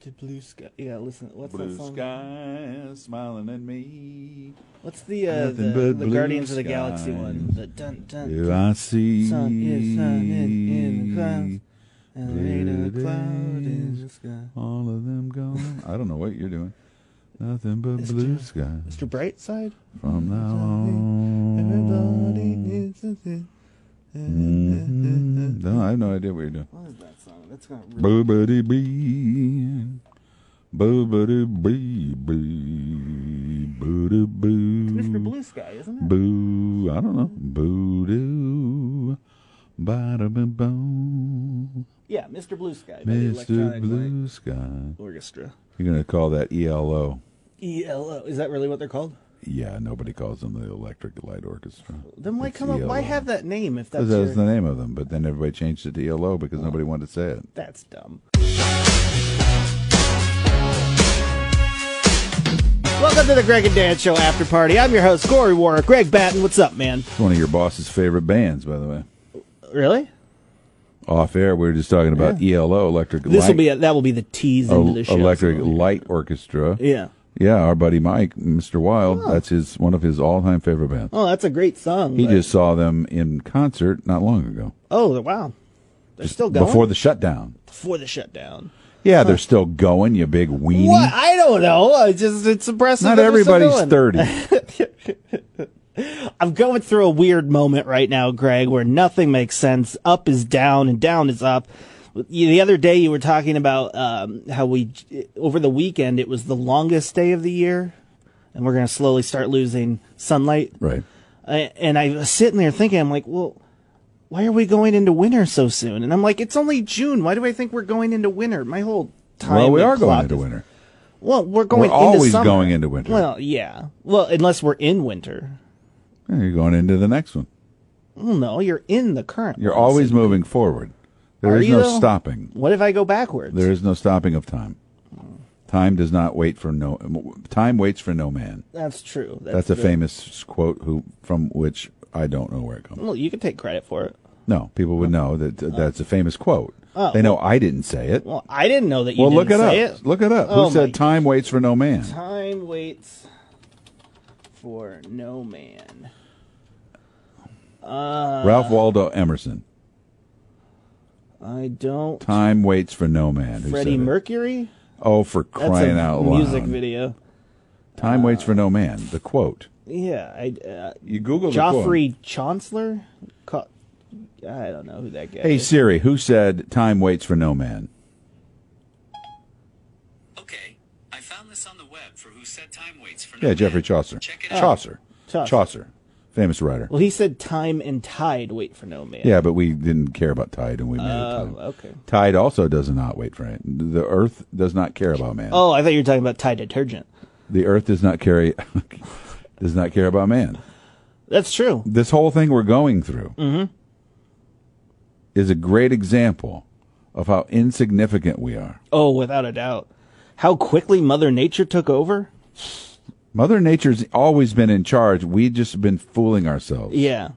to blue sky. Yeah, listen. What's Blue that song? sky smiling at me. What's the uh, Nothing the, but the blue Guardians of the Galaxy one? skies. The dun dun. Here I see. Sun is shining in the clouds, and there ain't a cloud in the sky. All of them gone. I don't know what you're doing. Nothing but It's blue just- sky Mr. Brightside. from now Mm-hmm. Everybody on. needs something. Mhm. No, I have no idea what you're doing. What is that song? That's got really Boobity bee. Boobity bee bee. Booty boo. Mr. Blue Sky, isn't it? Boo, I don't know. Boo doo. Bada bing boom. Yeah, Mr. Blue Sky. by the Mr. Electronic Light Blue Sky. Orchestra. You're going to call that E ELO. ELO. Is that really what they're called? Yeah, nobody calls them the Electric Light Orchestra. Then why It's come up? Why ELO. have that name if that's E Because that your, was the name of them, but then everybody changed it to ELO because nobody wanted to say it. that's dumb? Welcome to the Greg and Dan Show After Party. I'm your host Corey Warwick. Greg Batten, what's up, man? It's one of your boss's favorite bands, by the way. Really? Off air, we were just talking about ELO, Electric This Light, will be a, that will be the tease into the show. Electric Light Orchestra. Yeah. Yeah, our buddy Mike, Mr. Wild, that's his one of his all-time favorite bands. Oh, that's a great song. He but- just saw them in concert not long ago. Oh, wow. They're still going Before the shutdown. before the shutdown. Yeah, they're still going, you big weenie. What? I don't know. I just it's impressive. Not that they're still everybody's going. 30. I'm going through a weird moment right now, Greg, where nothing makes sense. Up is down and down is up. You- The other day you were talking about um, how we over the weekend it was the longest day of the year, and we're going to slowly start losing sunlight. right. I- and I was sitting there thinking, I'm like, well, why are we going into winter so soon? And I'm like, it's only June. Why do I think we're going into winter? My whole time. Well, we the are going clock into is- winter. Well, we're going. We're into always summer. going into winter. Well, yeah. Well, unless we're in winter. Yeah, You're going into the next one. Well, no, you're in the current. You're one. always moving forward. There Are is you, no though? stopping. What if I go backwards? There is no stopping of time. Time does not wait for no time waits for no man. That's true. That's a the- famous quote who from which I don't know where it comes. Well, you can take credit for it. No, people would know that that's a famous quote. Oh. they know I didn't say it. Well, I didn't know that you Well, look it didn't up. say it. Look it up. Oh, Who said my- time waits for no man? Time waits for no man. Ralph Waldo Emerson. I don't. Time waits for no man. Who Freddie said it? Mercury. Oh, for That's crying a out loud! music video. Time waits for no man. The quote. Yeah, I, uh, You Google the quote. Joffrey Chancellor. Co- I don't know who that guy. Hey is. Siri, who said time waits for no man? Okay, I found this on the web for who said time waits for no Yeah, Geoffrey man. Chaucer. Check it out. Chaucer. Chaucer. Chaucer. Famous writer. Well, he said time and tide wait for no man. Yeah, but we didn't care about tide, and we made it Oh, time. okay. Tide also does not wait for it. The earth does not care about man. Oh, I thought you were talking about Tide detergent. The earth does not carry, does not care about man. That's true. This whole thing we're going through Mm-hmm. is a great example of how insignificant we are. Oh, without a doubt. How quickly Mother Nature took over? Mother Nature's always been in charge. We've just been fooling ourselves. Yeah.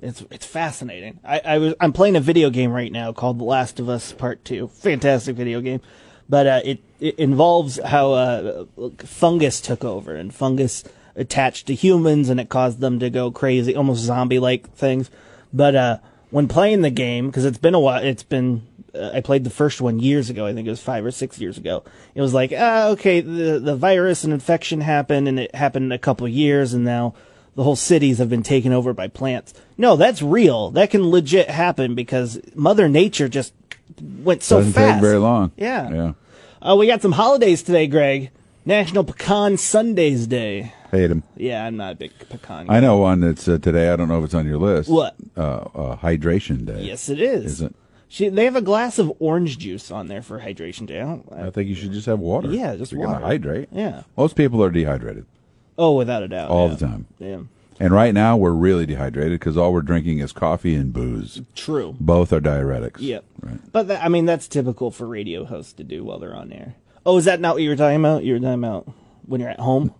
It's it's fascinating. I, I was I'm playing a video game right now called The Last of Us Part Two. Fantastic video game, but uh, it it involves how uh, fungus took over and fungus attached to humans and it caused them to go crazy, almost zombie like things. But uh, when playing the game, because it's been a while, it's been uh, I played the first one years ago. I think it was five or six years ago. It was like, ah, okay, the the virus and infection happened, and it happened in a couple years, and now the whole cities have been taken over by plants. No, that's real. That can legit happen because Mother Nature just went so Doesn't fast. take very long. Yeah. Yeah. Uh, we got some holidays today, Greg. National Pecan Sundays Day. Hate him. Yeah, I'm not a big pecan. guy. I know one that's uh, today. I don't know if it's on your list. What? Uh, uh, hydration day. Yes, it is. Is it? She, they have a glass of orange juice on there for hydration day. I don't, I, I think you should just have water. Yeah, just If you're water. gonna hydrate. Yeah. Most people are dehydrated oh, without a doubt. all yeah. the time, Damn. and right now we're really dehydrated because all we're drinking is coffee and booze. True. Both are diuretics. Yep. Right. But that, I mean, that's typical for radio hosts to do while they're on air. Oh, is that not what you were talking about? You were talking about when you're at home.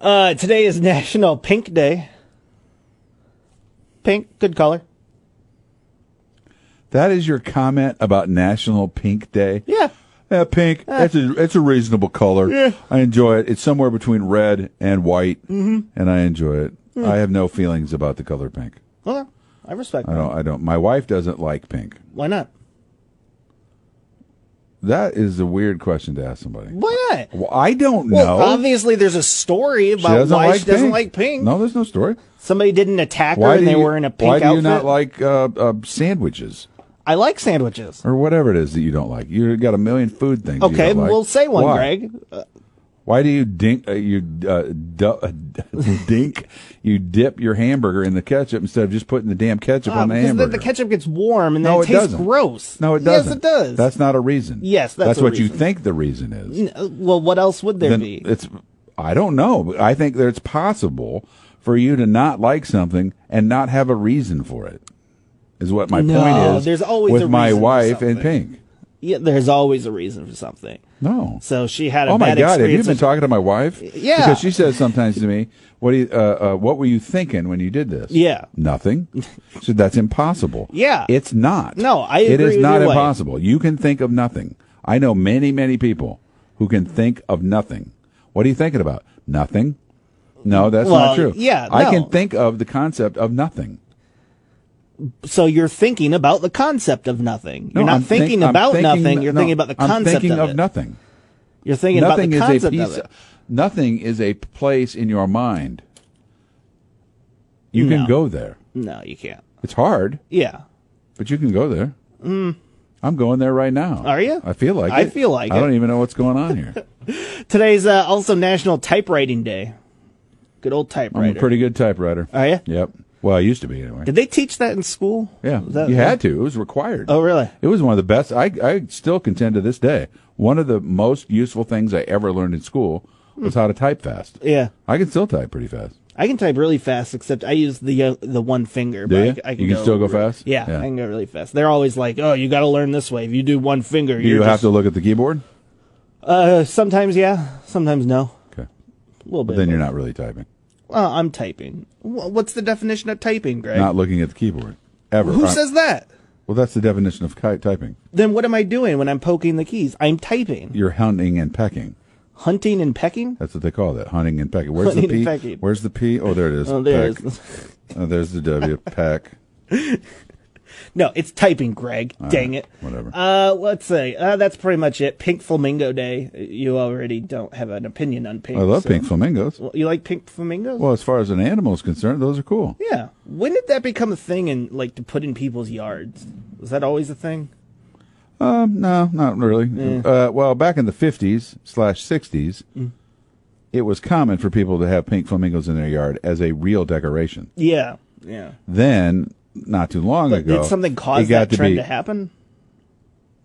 uh, today is National Pink Day. Pink, good color. That is your comment about National Pink Day. Yeah. Yeah, pink. That's a it's a reasonable color. Yeah. I enjoy it. It's somewhere between red and white, Mm-hmm. and I enjoy it. Mm. I have no feelings about the color pink. Well, I respect I that. don't. I don't. My wife doesn't like pink. Why not? That is a weird question to ask somebody. Why not? Well, I don't Well, know. obviously there's a story She about doesn't why like she doesn't pink. like pink. No, there's no story. Somebody didn't attack her Why do and they you, were in a pink Why do you outfit. not like uh, uh, sandwiches I like sandwiches. or whatever it is that you don't like? You got a million food things. you Okay, don't like. we'll say one, Why? Greg. Uh, Why do you dink? Uh, you uh, du- uh, dink? You dip your hamburger in the ketchup instead of just putting the damn ketchup on the Uh, Ah, because hamburger. then the ketchup gets warm and then no, it it tastes doesn't. gross. No, it Yes, doesn't. it does. That's not a reason. Yes, that's a what you reason. think the reason is. Uh, well, what else would there Then be? it's. I don't know. but I think that it's possible for you to not like something and not have a reason for it. Is what my No, point is. there's always with a my reason for wife and something. Pink. yeah, there's always a reason for something. No. So she had a Oh my bad God! Have you experience. been with- talking to my wife? Yeah. Because she says sometimes to me, "What do you, uh, uh, What were you thinking when you did this?" Yeah. Nothing. so that's impossible. Yeah. It's not. No, I It agree is with not your wife. impossible. You can think of nothing. I know many, many people who can think of nothing. What are you thinking about? Nothing. No, that's Well, not true. yeah, I no. can think of the concept of nothing. so you're thinking about the concept of nothing. No, You're not I'm think- thinking I'm about thinking- nothing. You're no, thinking about the I'm concept thinking of, of it. nothing. You're thinking nothing about the is a concept piece. of it. nothing is a place in your mind. You No. can go there. No, you can't. It's hard, Yeah. but you can go there. Mm. I'm going there right now. Are you? I feel like I it. feel like I it. don't even know what's going on here. Today's uh, also National Typewriting Day. Good old typewriter. I'm a pretty good typewriter. Are you? Yep. Well, I used to be anyway. Did they teach that in school? Yeah, Was that- you had to. It was required. Oh, really? It was one of the best. I I still contend to this day. One of the most useful things I ever learned in school was how to type fast. Yeah. I can still type pretty fast. I can type really fast, except I use the uh, the one finger. Do but you? I, I You can still go fast? Yeah, Yeah. I can go really fast. They're always like, "Oh, you got to learn this way. If you do one finger, Do you you're have to look at the keyboard? Uh, sometimes, yeah. Sometimes, no. Okay. A little bit. Then you're not really typing. Well, I'm typing. Wh- What's the definition of typing, Greg? Not looking at the keyboard. Ever. Who Uh, says that? Well, that's the definition of ki- typing. Then what am I doing when I'm poking the keys? I'm typing, You're hunting and pecking. hunting and pecking. That's what they call that. Hunting and pecking. Where's Hunting and the P? pecking. Where's the P? Oh, there it is. Oh, there it Peck. is. Oh, there's the W. Peck. No, it's typing, Greg. Dang right, it. whatever. Uh, let's see. Uh, that's pretty much it. Pink Flamingo Day. You already don't have an opinion on pink. I love so- pink flamingos. Well, you like pink flamingos? Well, as far as an animal is concerned, those are cool. yeah. When did that become a thing and like to put in people's yards? Was that always a thing? Um, no, not really. Uh, well, back in the 50s slash 60s, Mm. it was common for people to have pink flamingos in their yard as a real decoration. Yeah. Yeah. Then, not too long ago, Did something uh, it cause got that trend be- to happen?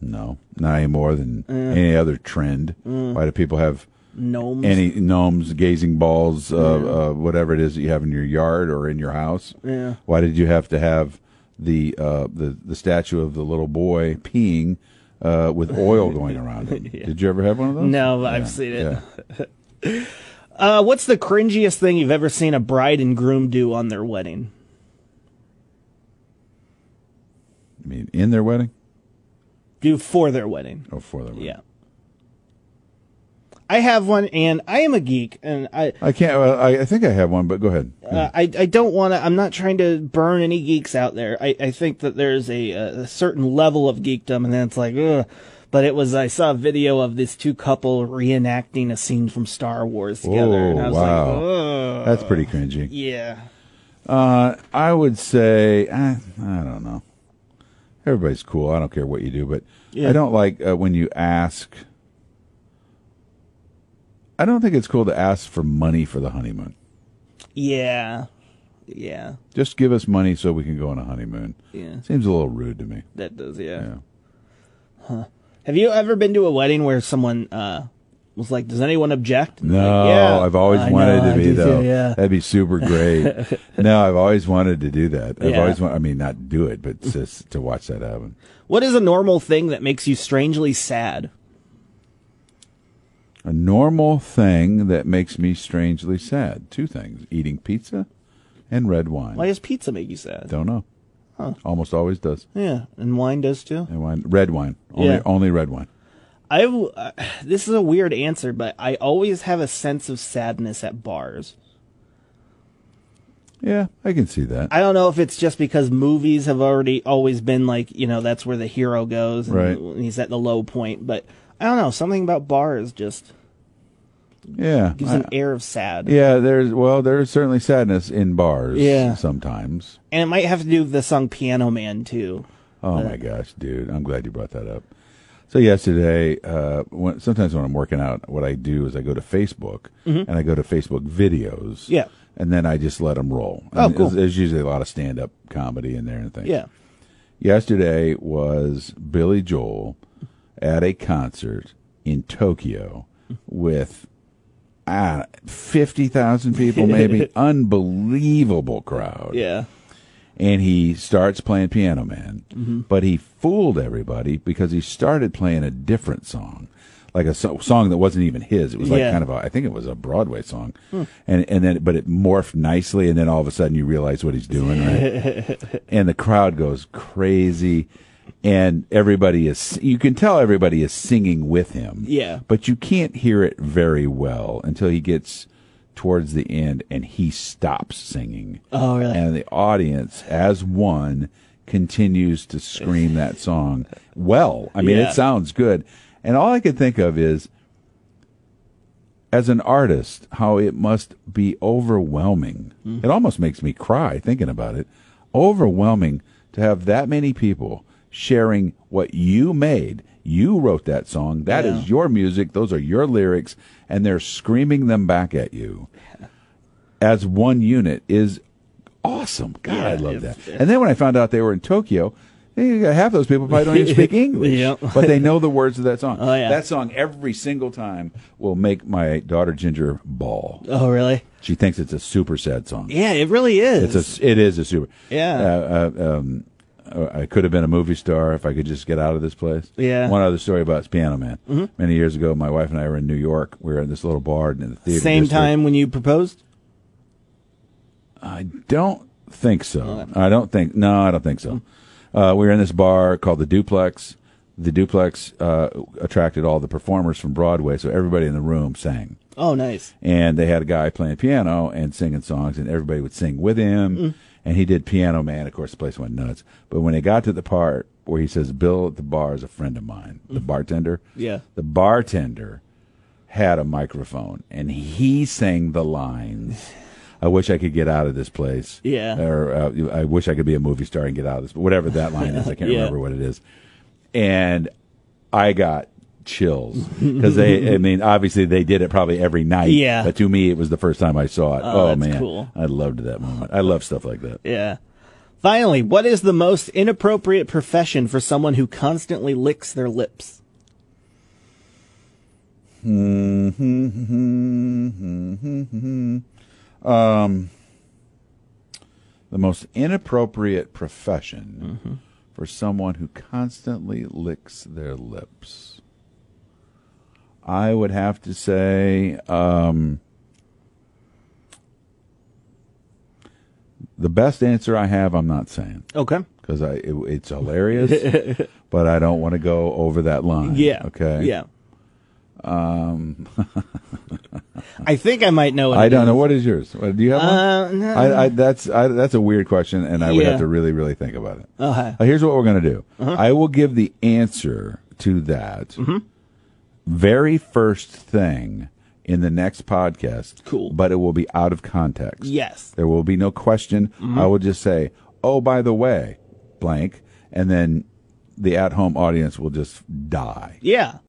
No, not any more than any other trend. Mm. Why do people have Gnomes. any gnomes, gazing balls, uh, uh, whatever it is that you have in your yard or in your house? Yeah. Why did you have to have the uh, the the statue of the little boy peeing uh, with oil going around him? Did you ever have one of those? No, but I've seen it. Uh, what's the cringiest thing you've ever seen a bride and groom do on their wedding? I mean, in their wedding Do for their wedding? or for their wedding? Yeah. I have one, and I am a geek, and I I can't. Well, I, I think I have one, but go ahead. uh, I, I don't want to. I'm not trying to burn any geeks out there. I, I think that there's a, uh, a certain level of geekdom, and then it's like, ugh. But it was I saw a video of this two couple reenacting a scene from Star Wars together, and I Oh, was wow. like, ugh. That's pretty cringy. yeah. Uh, I would say I, I don't know. Everybody's cool. I don't care what you do, but Yeah. I don't like uh, when you ask. I don't think it's cool to ask for money for the honeymoon. Yeah, yeah, Just give us money so we can go on a honeymoon. yeah. Seems a little rude to me. That does, yeah. Yeah. Have you ever been to a wedding where someone uh, was like, "Does anyone object?" And No, like, yeah, I've always I wanted know, to I be do too, though. yeah. That'd be super great. no, I've always wanted to do that. I've Yeah. always wanted. I mean, not do it, but just to watch that happen. What is a normal thing that makes you strangely sad? A normal thing that makes me strangely sad. Two things eating pizza and red wine. Why does pizza make you sad? Don't know. Almost always does. Yeah, and wine does too. And wine, red wine. Only, Yeah. only red wine. I w- uh, this is a weird answer, but I always have a sense of sadness at bars. Yeah, I can see that. I don't know if it's just because movies have already always been like, you know, that's where the hero goes and Right. he's at the low point, but I don't know, something about bars just yeah, gives I- an air of sad. yeah. There's well, there's certainly sadness in bars. Yeah. sometimes. And it might have to do with the song Piano Man too. Oh my gosh, dude! I'm glad you brought that up. So yesterday, uh, when, sometimes when I'm working out, what I do is I go to Facebook and I go to Facebook videos. Mm-hmm. Yeah. and then I just let them roll. Oh, And cool. There's, there's usually a lot of stand-up comedy in there and things. Yeah. Yesterday was Billy Joel at a concert in Tokyo with uh, fifty thousand people, maybe unbelievable crowd Yeah. and he starts playing Piano Man, Mm-hmm. but he fooled everybody because he started playing a different song, like a so- song that wasn't even his. It was like Yeah. Hmm. kind of a, I think it was a Broadway song, and and then but it morphed nicely, and then all of a sudden you realize what he's doing, right? and the crowd goes crazy. And everybody is, you can tell everybody is singing with him. Yeah. But you can't hear it very well until he gets towards the end and he stops singing Oh, really? and the audience as one continues to scream that song well i mean Yeah. it sounds good and all i could think of is as an artist how it must be overwhelming Mm-hmm. it almost makes me cry thinking about it overwhelming to have that many people sharing what you made you wrote that song That is Yeah. your music those are your lyrics and they're screaming them back at you as one unit is awesome. God, I Yeah, love that. it's- And then when I found out they were in Tokyo, they, uh, half those people probably don't even speak English, Yep. but they know the words of that song. Oh, yeah. That song every single time will make my daughter Ginger ball. Oh, really? She thinks it's a super sad song. Yeah, it really is. It's a, it is a super. Yeah. Uh, uh, um, uh, I could have been a movie star if I could just get out of this place. Yeah. Mm-hmm. One other story about Piano Man. Many years ago, my wife and I were in New York. We were in this little bar in the theater. Same district. time when you proposed? I don't think so. I don't think. No, I don't think so. Uh, we were in this bar called the Duplex. The Duplex uh, attracted all the performers from Broadway, so everybody in the room sang. Oh, nice. And they had a guy playing piano and singing songs, and everybody would sing with him. Mm. And he did Piano Man. Of course, the place went nuts. But when it got to the part where he says, Bill at the bar is a friend of mine, the bartender. Mm. Yeah. The bartender had a microphone and he sang the lines. I wish I could get out of this place. Yeah. Or uh, I wish I could be a movie star and get out of this. But whatever that line is, I can't Yeah. remember what it is. And I got chills because they. I mean, obviously they did it probably every night. Yeah. But to me, it was the first time I saw it. Oh, that's man, cool. I loved that moment. I love stuff like that. Yeah. Finally, what is the most inappropriate profession for someone who constantly licks their lips? Mm-hmm, mm-hmm. Um, The most inappropriate profession Mm-hmm. for someone who constantly licks their lips. I would have to say um, the best answer I have, I'm not saying Okay. because I it, it's hilarious, but I don't want to go over that line. Yeah. Okay. Yeah. Um. I think I might know. What I it don't is. know what is yours. What- Do you have Uh, one? no. I, I, that's I, that's a weird question, and I would Yeah. have to really, really think about it. Okay. Uh-huh. Uh, here's what we're gonna do. I will give the answer to that Mm-hmm. very first thing in the next podcast. Cool. but it will be out of context. Yes. Mm-hmm. there will be no question. I will just say, "Oh, by the way, blank," and then the at-home audience will just die. Yeah.